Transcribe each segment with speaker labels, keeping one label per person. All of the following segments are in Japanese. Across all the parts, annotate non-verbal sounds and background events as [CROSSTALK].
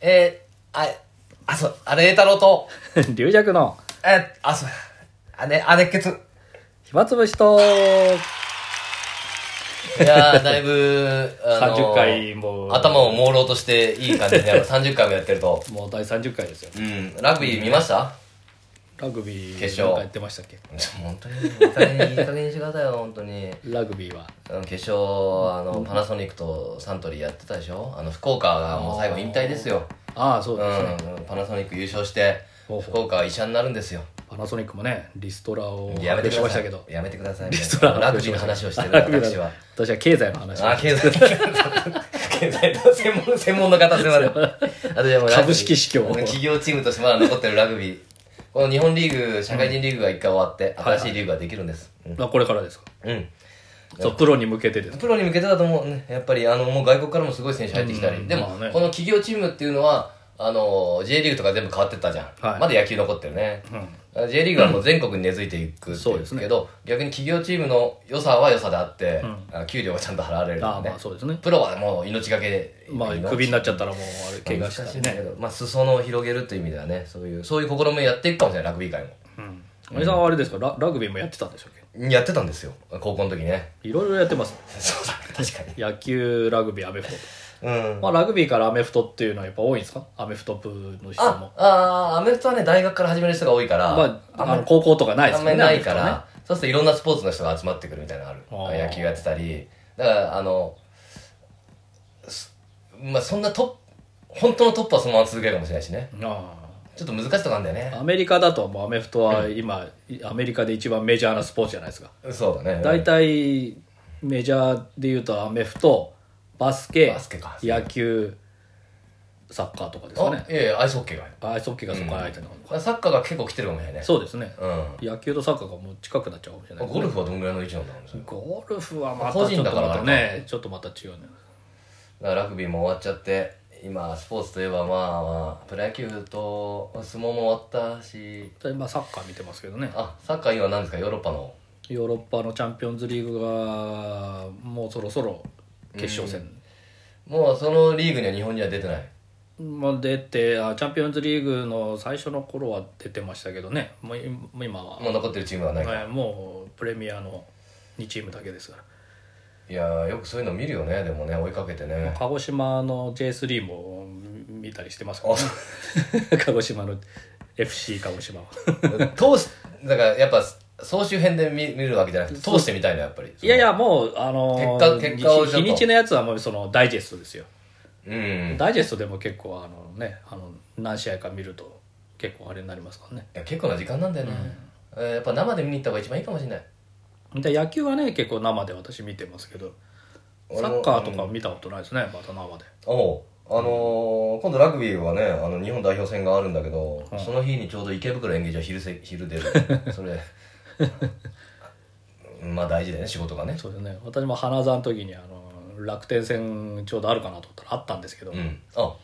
Speaker 1: えー、あ、あ、そう、あれ、栄太郎と、
Speaker 2: [LAUGHS] 龍尺の
Speaker 1: え、あ、そう、あれ、あれっけつ。
Speaker 2: 暇つぶしと
Speaker 1: いや
Speaker 2: [LAUGHS]
Speaker 1: ー、だいぶ、あの
Speaker 2: 30回も
Speaker 1: 頭を朦朧として、いい感じになる。30回もやってると。
Speaker 2: もう第30回ですよ
Speaker 1: うん、ラグビー見ました、
Speaker 2: ラグビー
Speaker 1: 決勝
Speaker 2: なんかやってましたっけ
Speaker 1: ちょ本当に、いい加減いい加減にしてくださいよ、本当に。
Speaker 2: ラグビーは
Speaker 1: あの決勝あのパナソニックとサントリーやってたでしょあの福岡がもう最後引退ですよ、
Speaker 2: ああそう
Speaker 1: う
Speaker 2: ですね、
Speaker 1: ん、パナソニック優勝して
Speaker 2: ほうほう
Speaker 1: 福岡は医者になるんですよ
Speaker 2: パナソニックもねリストラを
Speaker 1: やめてく
Speaker 2: しま
Speaker 1: だ
Speaker 2: し
Speaker 1: さ
Speaker 2: た
Speaker 1: い
Speaker 2: けど
Speaker 1: やめてください
Speaker 2: リストラ
Speaker 1: [LAUGHS] ラグビーの話をしてる
Speaker 2: [LAUGHS] あラグビー
Speaker 1: 私
Speaker 2: の
Speaker 1: は
Speaker 2: 私は経済の話
Speaker 1: あ経済経済の専門専門の方すいません私はもうラグビー
Speaker 2: 株式市況
Speaker 1: 僕企業チームとしてまだ残ってるラグビーこの日本リーグ社会人リーグが一回終わって
Speaker 2: はいはい
Speaker 1: 新しいリーグができるんです、うん
Speaker 2: まあこれからですか
Speaker 1: うん
Speaker 2: そうプロに向けてです
Speaker 1: プロに向けてだと思うねやっぱりあのもう外国からもすごい選手入ってきたり、
Speaker 2: うん
Speaker 1: でも、
Speaker 2: まあね
Speaker 1: この企業チームっていうのはあの J リーグとか全部変わってったじゃん、
Speaker 2: はい
Speaker 1: まだ野球残ってるね、
Speaker 2: うん
Speaker 1: J リーグはもう全国に根付いていくって
Speaker 2: そ
Speaker 1: いうう
Speaker 2: ですね
Speaker 1: けど、逆に企業チームの良さは良さであって、
Speaker 2: うん
Speaker 1: あ給料がちゃんと払われる
Speaker 2: ああ
Speaker 1: んで
Speaker 2: ま
Speaker 1: ね
Speaker 2: あそうですね
Speaker 1: プロはもう命がけで
Speaker 2: まあ
Speaker 1: 命
Speaker 2: クビになっちゃったらもうあれ怪我した
Speaker 1: 難しい
Speaker 2: り
Speaker 1: んだけ
Speaker 2: ね
Speaker 1: ど、まあ、裾野を広げるという意味ではねそういうそういう試みをやっていくかもしれないラグビー界
Speaker 2: うん森さんはあれですかララグビーもやってたんでしょうっ
Speaker 1: もやってたんですよ高校の時ね
Speaker 2: けいろいろやってます
Speaker 1: そうだね確かに
Speaker 2: 野球ラグビーアメフト
Speaker 1: うん
Speaker 2: まあ、ラグビーからアメフトっていうのはやっぱ多いんですかアメフト部の人
Speaker 1: あ
Speaker 2: も。
Speaker 1: あーアメフトはね大学から始める人が多いから、
Speaker 2: まあ、
Speaker 1: あん
Speaker 2: あ
Speaker 1: ま
Speaker 2: の高校とかないです
Speaker 1: あん
Speaker 2: よ
Speaker 1: ま
Speaker 2: ね。
Speaker 1: りないから、
Speaker 2: アメフ
Speaker 1: そうするといろんなスポーツの人が集まってくるみたいなのある
Speaker 2: あー
Speaker 1: 野球やってたりだからあのすまあそんなトップ本当のトップはそのまま続けるかもしれないしね
Speaker 2: トねあ
Speaker 1: ちょっと難しいとこあるんだよ
Speaker 2: あ
Speaker 1: ね
Speaker 2: アメリカだともうアメフトは今、アメリカで一番メジャーなスポーツじゃないですか。
Speaker 1: そうだね
Speaker 2: 大体メジャーで言うとアメフト、バスケ、
Speaker 1: バスケか
Speaker 2: 野球、サッカーとかですか
Speaker 1: あ
Speaker 2: ね。
Speaker 1: いやいやアイスホッケーが
Speaker 2: アイスホッケーがそこから入ってるのかな、
Speaker 1: サッカーが結構来てるかもしれないね
Speaker 2: そうですね。
Speaker 1: う
Speaker 2: 野球とサッカーがもう近くなっちゃうかもしれない
Speaker 1: んゴルフはどんぐらいの位置なんだろうねそれ
Speaker 2: ゴルフはまたちょ
Speaker 1: 個
Speaker 2: っ
Speaker 1: 人
Speaker 2: と
Speaker 1: だから
Speaker 2: またね、ちょっとまた違うね。
Speaker 1: だからラグビーも終わっちゃって今スポーツといえばまあまあプロ野球と相撲も終わったし
Speaker 2: でまあ、サッカー見てますけどね。
Speaker 1: あサッカー今何ですかヨーロッパの
Speaker 2: ヨーロッパのチャンピオンズリーグがもうそろそろ決勝戦
Speaker 1: もうそのリーグには日本人は出てない
Speaker 2: も出てあチャンピオンズリーグの最初の頃は出てましたけどねもういもう今は、
Speaker 1: もう残ってるチームはない、
Speaker 2: はいもうプレミアの2チームだけですか
Speaker 1: い、やーよくそういうの見るよねでもね追いかけて
Speaker 2: ら [LAUGHS]
Speaker 1: ね
Speaker 2: 鹿児島の J3 も見たりしてますけど
Speaker 1: あ
Speaker 2: ね、
Speaker 1: そ
Speaker 2: [LAUGHS] 鹿児島の FC 鹿児島は
Speaker 1: う通しだからやっぱ総集編で見見るわけじゃなくて通してみたいのやっぱり
Speaker 2: いやいやもうあの
Speaker 1: 結果結果をちょっと
Speaker 2: 日日にちのやつはもうそのダイジェストですよ
Speaker 1: うん
Speaker 2: ダイジェストでも結構あのねあの何試合か見ると結構あれになりますからね
Speaker 1: いや結構な時間なんだよね、えーやっぱ生で見に行った方が一番いいかもしれない
Speaker 2: で野球はね結構生で私見てますけど
Speaker 1: 俺
Speaker 2: サ
Speaker 1: も
Speaker 2: ッカーとか見たことないですねまた生で
Speaker 1: おうあのー今度ラグビーはねあの日本代表戦があるんだけど、
Speaker 2: うん
Speaker 1: その日にちょうど池袋演芸場昼せ昼出る
Speaker 2: [LAUGHS]
Speaker 1: それまあ大事だよね仕事がね
Speaker 2: そうですね私も花座の時にあの楽天戦ちょうどあるかなと思ったらあったんですけど、
Speaker 1: うんあ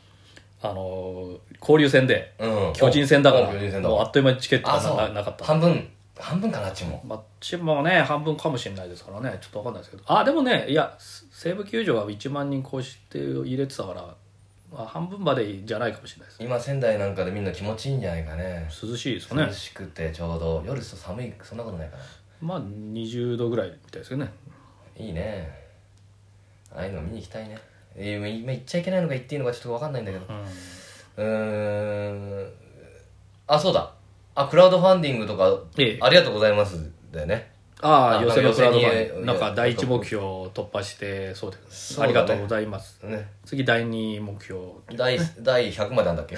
Speaker 2: あの交流戦で
Speaker 1: うん
Speaker 2: 巨人戦だから
Speaker 1: お巨人戦だ
Speaker 2: もうあっという間にチケット
Speaker 1: あ
Speaker 2: が
Speaker 1: そ
Speaker 2: な
Speaker 1: う
Speaker 2: なかった
Speaker 1: 半分半分かなあっちも
Speaker 2: まあ、チームもね半分かもしれないですからねちょっと分かんないですけどあでもねいやす西武球場は1万人こうして入れてたから、まあ、半分までじゃないかもしれないです
Speaker 1: 今仙台なんかでみんな気持ちいいんじゃないかね
Speaker 2: 涼しいですかね
Speaker 1: 涼しくてちょうど夜ちょっと寒いそんなことないかな
Speaker 2: まあ20度ぐらいみたいですよね
Speaker 1: いいねああいうの見に行きたいねえー今言っちゃいけないのか言っていいのかちょっと分かんないんだけど
Speaker 2: うん
Speaker 1: うーんあそうだあクラウドファンディングとか、
Speaker 2: ええ
Speaker 1: ありがとうございますだよね
Speaker 2: あ
Speaker 1: あ
Speaker 2: あ予選のクラウドフ
Speaker 1: 予
Speaker 2: ァン
Speaker 1: 選に
Speaker 2: なんか第一目標を突破してそうです、
Speaker 1: そうだ
Speaker 2: あり
Speaker 1: ね
Speaker 2: がとうございます
Speaker 1: ね
Speaker 2: 次第二目標、
Speaker 1: 第第100までなんだっ
Speaker 2: [LAUGHS]
Speaker 1: け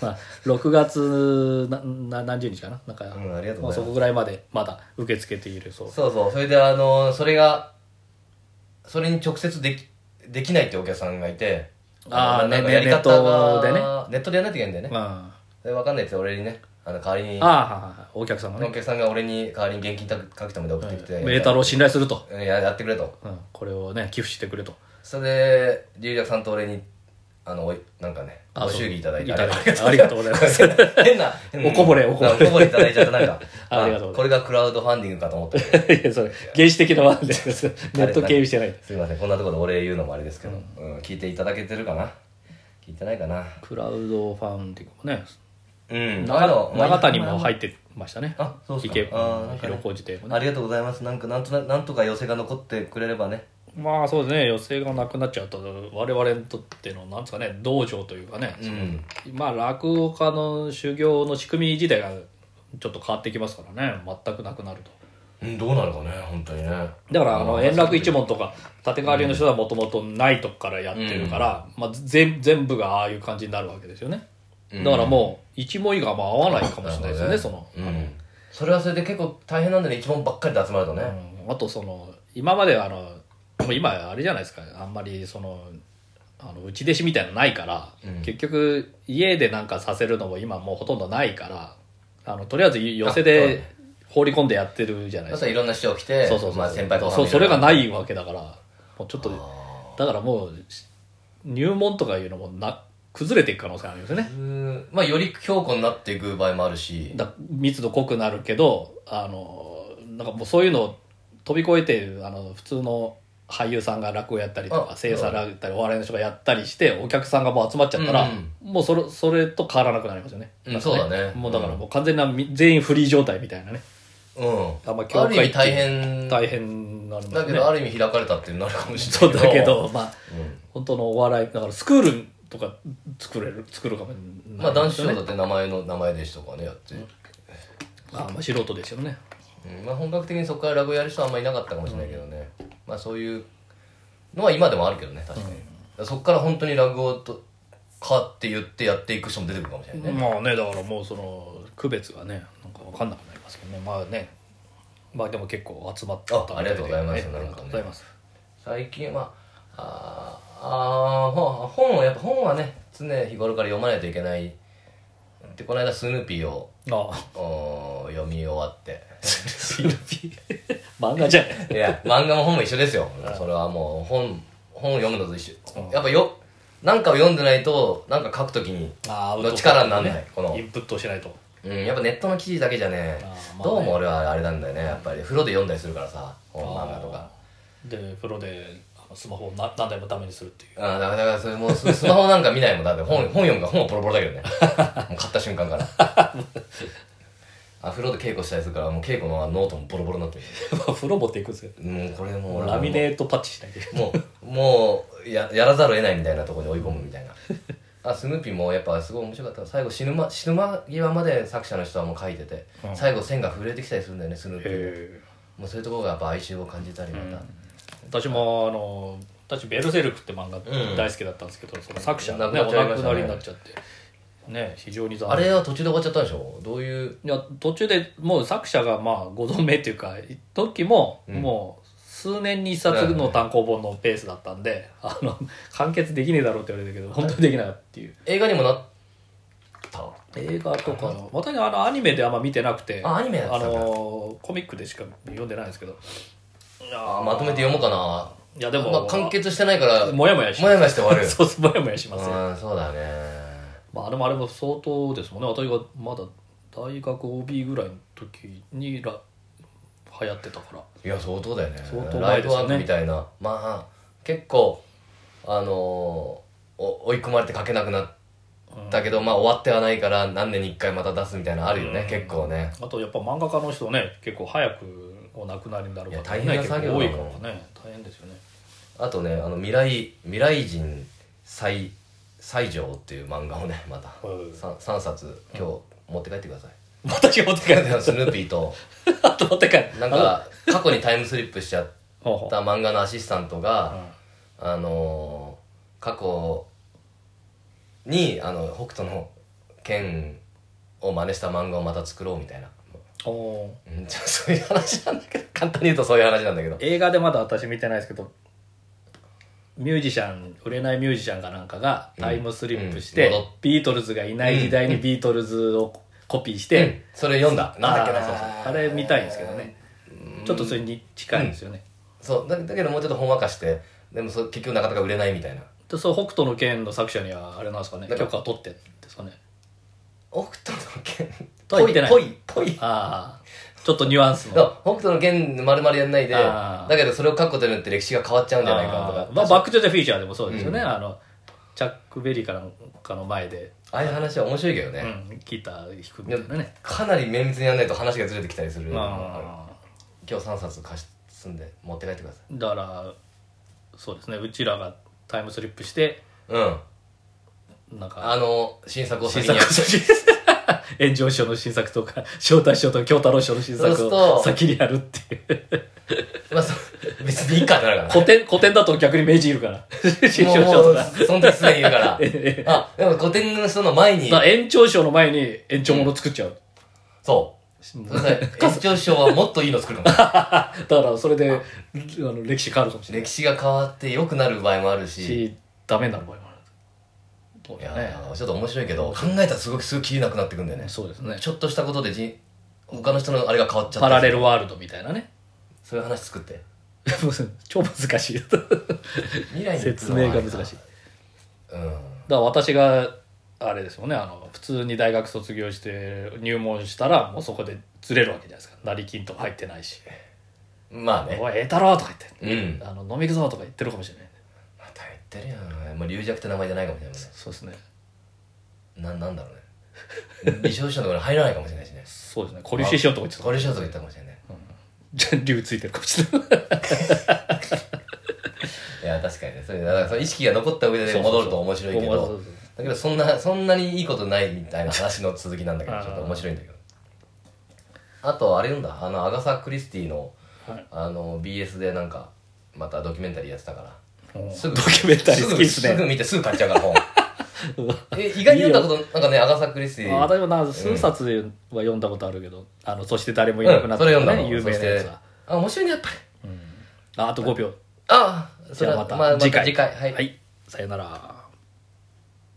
Speaker 2: まあ、6月なな何十日かななんか、
Speaker 1: うんありがとう
Speaker 2: ま
Speaker 1: ご
Speaker 2: あ、
Speaker 1: ざい
Speaker 2: そ
Speaker 1: ます
Speaker 2: こぐらいまでまだ受け付けているそう
Speaker 1: そうそうそれであのそれがそれに直接できできないってお客さんがいて
Speaker 2: あー
Speaker 1: のなんか
Speaker 2: ね
Speaker 1: やり方が
Speaker 2: ネットでね
Speaker 1: ネットでやんなきゃいけないんだよね、
Speaker 2: ま
Speaker 1: で分かんないって俺にねあの代わりに
Speaker 2: あ、ああはいはいお客様
Speaker 1: お
Speaker 2: ね
Speaker 1: 客さんが俺に代わりに現金た書き留めで送ってきて、
Speaker 2: メータロを信頼すると、
Speaker 1: うんややってくれと
Speaker 2: うん、これをね寄付してくれと
Speaker 1: それで龍尺さんと俺にあのおいなんかね
Speaker 2: あ
Speaker 1: ご祝儀いただいて
Speaker 2: そうありがとうございます
Speaker 1: ありがとうございます変な変な
Speaker 2: おこぼれおこぼれ
Speaker 1: なんかおこぼれいただいちゃってなんか
Speaker 2: [LAUGHS] ありがとうございます
Speaker 1: これがクラウドファンディングかと思って
Speaker 2: [LAUGHS] いやそれ原始的な [LAUGHS] ワンですネット経由してない
Speaker 1: すいませんこんなところでお礼言うのもあれですけど、うん聞いていただけてるかな聞いてないかな
Speaker 2: クラウドファンディングもね
Speaker 1: うんあの
Speaker 2: 長
Speaker 1: まあ
Speaker 2: 長谷も入ってましたね
Speaker 1: あそうっすか
Speaker 2: 池
Speaker 1: あーなんかね
Speaker 2: 広小路邸も
Speaker 1: あ
Speaker 2: ね
Speaker 1: りがとうございますなんかなんとななんとか寄せが残ってくれればね
Speaker 2: まあそうですね予選がなくなっちゃうと我々にとってのなんですかね道場というかね、
Speaker 1: うん
Speaker 2: まあ落語家の修行の仕組み自体がちょっと変わってきますからね全くなくなると
Speaker 1: うんどうなるかね本当にね
Speaker 2: だからあ
Speaker 1: う
Speaker 2: の
Speaker 1: ん
Speaker 2: 円楽一門とか立川流の人はもともとないとこからやってるから、まあ、全全部がああいう感じになるわけですよね
Speaker 1: うん
Speaker 2: だからもう一問以外は合わないかもしれないですよね
Speaker 1: なる
Speaker 2: そ
Speaker 1: ほ
Speaker 2: の、
Speaker 1: うんそれはそれで結構大変なんだね一問ばっかりで集まるとね、
Speaker 2: うんあとその今まではあのもう今あれじゃないですかあんまりそのあの内弟子みたいなのないから、
Speaker 1: うん
Speaker 2: 結局家でなんかさせるのも今もうほとんどないからあのとりあえず寄せ
Speaker 1: あそう
Speaker 2: で
Speaker 1: ね
Speaker 2: 放り込んでやってるじゃないで
Speaker 1: そした
Speaker 2: すか、
Speaker 1: らいろんな人来て
Speaker 2: そうそうそう、
Speaker 1: まあ、先輩後輩
Speaker 2: そうそれが
Speaker 1: い
Speaker 2: ないわけだからもうちょっと
Speaker 1: あ
Speaker 2: だからもうし入門とかいうのもな崩れていく可能性がありますよね
Speaker 1: ーうんまあより強固になっていく場合もあるし
Speaker 2: だ密度濃くなるけどあのなんかもうそういうのを飛び越えてあの普通の俳優さんが落語やったりとか
Speaker 1: あ
Speaker 2: 声優さんがやったりお笑いの人がやったりしてお客さんがもう集まっちゃったら、
Speaker 1: うん
Speaker 2: もうそれそれと変わらなくなりますよね,、
Speaker 1: うんそうだね
Speaker 2: もうだからもう完全なみ全員フリー状態みたいなね
Speaker 1: うん
Speaker 2: あんま教
Speaker 1: あ
Speaker 2: 会
Speaker 1: る
Speaker 2: っ
Speaker 1: 意味
Speaker 2: て
Speaker 1: 大変
Speaker 2: 大変になるん
Speaker 1: だけ
Speaker 2: ね
Speaker 1: どある意味開かれたってなるかもし
Speaker 2: そ
Speaker 1: れ
Speaker 2: う
Speaker 1: ない
Speaker 2: だけどまあ
Speaker 1: うん
Speaker 2: 本当のお笑いだからスクールとか作れる作るかもしれない
Speaker 1: まあ男子賞だって名前の名前弟子とかねやって、
Speaker 2: まあまあ素人ですよね
Speaker 1: うんまあ、本格的にそこから落語やる人はあんまりいなかったかもしれないけどね、まあそういうのは今でもあるけどね確かに、だからそこから本当に落語とかって言ってやっていく人も出てくるかもしれないね、
Speaker 2: まあねだからもうその区別がねなんか分かんなくなりますけどねまあねまあでも結構集まったみた
Speaker 1: あありがとうございます
Speaker 2: でねあ
Speaker 1: なんかね
Speaker 2: りがとうございます
Speaker 1: 最近はあーあーほ本をやっぱ本はね常日頃から読まないといけないでこの間スヌーピーを
Speaker 2: ああ
Speaker 1: おー読み終わ
Speaker 2: [LAUGHS]
Speaker 1: って
Speaker 2: スヌーピー [LAUGHS] 漫画じゃない
Speaker 1: いや漫画も本も一緒ですよそれはもう本本を読むのと一緒やっぱよなんかを読んでないとなんか書くときに
Speaker 2: あ [LAUGHS]
Speaker 1: の力になんないこの
Speaker 2: インプットしないと
Speaker 1: うんやっぱネットの記事だけじゃね
Speaker 2: あーまあね
Speaker 1: どうも俺はあれなんだよねやっぱり風呂で読んだりするからさ本漫画とか
Speaker 2: でプロであのスマホをな何台もダメにするっていう
Speaker 1: あだからだからそれ [LAUGHS] もうススマホなんか見ないもんだって本本読むから本はポロポロだ
Speaker 2: [LAUGHS]
Speaker 1: けどねもう買った瞬間からアフロで稽古したりするからもう稽古のノートもボロボロになって
Speaker 2: [LAUGHS] まあ風呂持っていくんですよ
Speaker 1: るもうこれもう
Speaker 2: ラミネートパッチしないといけない
Speaker 1: もうもうややらざるを得ないみたいなところに追い込むみたいなあスヌーピーもやっぱすごい面白かった最後死ぬ,、ま、死ぬ間際まで作者の人はもう書いてて、
Speaker 2: うん
Speaker 1: 最後線が震えてきたりするんだよねスヌーピー
Speaker 2: へえ
Speaker 1: もうそういうところがやっぱ哀愁を感じたりまた、
Speaker 2: 私もあの私「ベルセルク」って漫画
Speaker 1: うん
Speaker 2: 大好きだったんですけど、その作者
Speaker 1: 亡
Speaker 2: が
Speaker 1: く
Speaker 2: ね
Speaker 1: な
Speaker 2: お
Speaker 1: っちゃいまし
Speaker 2: 亡く
Speaker 1: たね
Speaker 2: なりになっちゃってね非常に残念
Speaker 1: あれは途中で終わっちゃったんでしょどういう
Speaker 2: いや途中でもう作者がまあご存命というか時も
Speaker 1: うん
Speaker 2: もう数年に一冊の単行本のペースだったんで、あの完結できねえだろうって言われたけど本当にできないっていう
Speaker 1: 映画にもなった
Speaker 2: 映画とかの私あのアニメであんま見てなくて
Speaker 1: あアニメやってた
Speaker 2: あ
Speaker 1: んだ
Speaker 2: のコミックでしか読んでないんですけどいや
Speaker 1: あまとめて読もうかない
Speaker 2: やでも、
Speaker 1: まあ、完結してないから
Speaker 2: もやもやし
Speaker 1: も
Speaker 2: ます
Speaker 1: やもやして終わる
Speaker 2: [LAUGHS] そうそうもやもやしますよ
Speaker 1: うんそうだね
Speaker 2: まあ、あれもあれも相当ですもんね私がまだ大学 OB ぐらいの時にら流行ってたから
Speaker 1: いや相当だよね
Speaker 2: 相当
Speaker 1: ラ
Speaker 2: 前
Speaker 1: イ
Speaker 2: ですよね
Speaker 1: トワークみたいなまあ結構あのーお追い込まれて書けなくなったけど、まあ終わってはないから何年に1回また出すみたいなのあるよね、
Speaker 2: うん
Speaker 1: 結構ね
Speaker 2: あとやっぱ漫画家の人ね結構早くお亡くなりになる方
Speaker 1: いや大
Speaker 2: ね
Speaker 1: 変な
Speaker 2: 結構
Speaker 1: 作業だ
Speaker 2: 多
Speaker 1: もん
Speaker 2: いからね大変ですよね
Speaker 1: あとねあの未来未来人最最上っていう漫画をねまた
Speaker 2: はい
Speaker 1: [LAUGHS] 3, 三冊今日持って帰ってください、 [LAUGHS]
Speaker 2: 私持って帰る
Speaker 1: スヌーピーと
Speaker 2: あと持って帰る
Speaker 1: なんか過去にタイムスリップしちゃっ
Speaker 2: ほうほう
Speaker 1: た漫画のアシスタントが、
Speaker 2: うん
Speaker 1: あのー過去にあの北斗の剣を真似した漫画をまた作ろうみたいな、
Speaker 2: おー
Speaker 1: うん、ちょそういう話なんだけど簡単に言うとそういう話なんだけど
Speaker 2: 映画でまだ私見てないですけどミュージシャン売れないミュージシャンかなんかがタイムスリップして、
Speaker 1: うん戻っ
Speaker 2: ビートルズがいない時代にビートルズをコピーし
Speaker 1: う
Speaker 2: て、
Speaker 1: んそれ読んだなんだっけな
Speaker 2: あー
Speaker 1: そうそう
Speaker 2: あれ見たいんですけどねちょっとそれに近いんですよね、
Speaker 1: そうだだけどもうちょっとほんわかしてでもそ結局なかなか売れないみたいな
Speaker 2: でそう北斗の拳の作者にはあれなんですかね
Speaker 1: だか
Speaker 2: 許
Speaker 1: ら
Speaker 2: 可を取ってんですかね
Speaker 1: 北斗の剣
Speaker 2: とは言ってない
Speaker 1: ぽいぽいぽい
Speaker 2: ああちょっとニュアンス
Speaker 1: だか
Speaker 2: の
Speaker 1: ら北斗の剣丸々やんないで
Speaker 2: あ
Speaker 1: だ
Speaker 2: ー
Speaker 1: けどそれを書くことによって歴史が変わっちゃうんじゃないかと
Speaker 2: あ
Speaker 1: か
Speaker 2: ーまあ、バック・トゥ・ザ・フューチャーでもそうですよね、あのチャック・ベリーからのかの前で、
Speaker 1: ああいう話は面白いけどね、
Speaker 2: うん、ギター弾くみたいなね
Speaker 1: かなり綿密にやんないと話がずれてきたりする今
Speaker 2: あ
Speaker 1: 日3冊貸し積んで持って帰ってください
Speaker 2: ーだからそうですねうちらがタイムスリップして
Speaker 1: うん
Speaker 2: なんか
Speaker 1: あの新作を
Speaker 2: 新
Speaker 1: 先
Speaker 2: 作
Speaker 1: にやっ
Speaker 2: 炎上賞の新作とか招待賞とか京太郎賞の新作
Speaker 1: そう
Speaker 2: を
Speaker 1: すると
Speaker 2: 先にやるっていう
Speaker 1: まあそう別にいいかってなるから
Speaker 2: [LAUGHS] 古典古典だと逆に明治いるから
Speaker 1: [LAUGHS]
Speaker 2: 新
Speaker 1: も
Speaker 2: 潮
Speaker 1: う
Speaker 2: 賞
Speaker 1: も
Speaker 2: と
Speaker 1: う
Speaker 2: か
Speaker 1: その時すでにいるから
Speaker 2: [LAUGHS] え
Speaker 1: あでも古典の人の前に
Speaker 2: だから延長賞の前に延長もの作っちゃう、
Speaker 1: そうそれさ延長賞はもっといいの作るの
Speaker 2: [LAUGHS] だからそれであの歴史変わるかもしれない
Speaker 1: 歴史が変わって良くなる場合もあるし
Speaker 2: しダメになる場合もあるそう
Speaker 1: い
Speaker 2: だ
Speaker 1: や
Speaker 2: よね
Speaker 1: ーちょっと面白いけど考えたらすごくすぐ切りなくなってくんだよね
Speaker 2: そうですね
Speaker 1: ちょっとしたことでじ他の人のあれが変わっちゃった
Speaker 2: パラレルワールドみたいなね [LAUGHS]
Speaker 1: そういう話作って
Speaker 2: 超難しい
Speaker 1: 未来に行く
Speaker 2: 説
Speaker 1: のは
Speaker 2: 明が難しい
Speaker 1: うん
Speaker 2: だから私があれですよねあの普通に大学卒業して入門したらもうそこでずれるわけじゃないですか成金とか入ってないし
Speaker 1: まあ
Speaker 2: 「
Speaker 1: ね
Speaker 2: おいええ太郎」とか
Speaker 1: う
Speaker 2: 言って、
Speaker 1: ん
Speaker 2: あの「飲み行くぞ」とか言ってるかもしれない
Speaker 1: また言ってるやん、まあ、龍弱って名前じゃないかもしれないもんね
Speaker 2: そうですね
Speaker 1: ななんだろうね [LAUGHS] 理想者のところに入らないかもしれないし
Speaker 2: [LAUGHS]
Speaker 1: ね
Speaker 2: そうですね「孤立しよう」と [LAUGHS] か言ってた
Speaker 1: これしようとか言ったかもしれない
Speaker 2: じゃあ竜ついてるかもしれない
Speaker 1: いや確かにねそれだからその意識が残った上で戻ると面白いけ
Speaker 2: そう
Speaker 1: ど
Speaker 2: そうそう
Speaker 1: だけどそんなそんなにいいことないみたいな話の続きなんだけど
Speaker 2: あー
Speaker 1: ちょっと面白いんだけどあとあれなんだあのアガサ・クリスティの
Speaker 2: はい
Speaker 1: あの BS でなんかまたドキュメンタリーやってたから
Speaker 2: もう
Speaker 1: すぐ
Speaker 2: ドキュメンタリー好きで
Speaker 1: す
Speaker 2: す
Speaker 1: ぐす
Speaker 2: ね
Speaker 1: ぐ見てすぐ買っちゃう
Speaker 2: [LAUGHS]
Speaker 1: から本え意外に読んだことなんかねアガサ・クリスティ
Speaker 2: あ私もなんか数冊は読んだことあるけど、あのそして誰もいなくなった
Speaker 1: うん、それ
Speaker 2: と
Speaker 1: 読ん
Speaker 2: か
Speaker 1: だ
Speaker 2: ね、
Speaker 1: の
Speaker 2: 有名な
Speaker 1: そ
Speaker 2: やつは、
Speaker 1: してあ面白いねやっぱり
Speaker 2: うんああと5秒
Speaker 1: ああそ
Speaker 2: じ
Speaker 1: れ
Speaker 2: ゃあ
Speaker 1: は
Speaker 2: また,、
Speaker 1: まあ、また
Speaker 2: 次回
Speaker 1: 次回はい
Speaker 2: はい、さよなら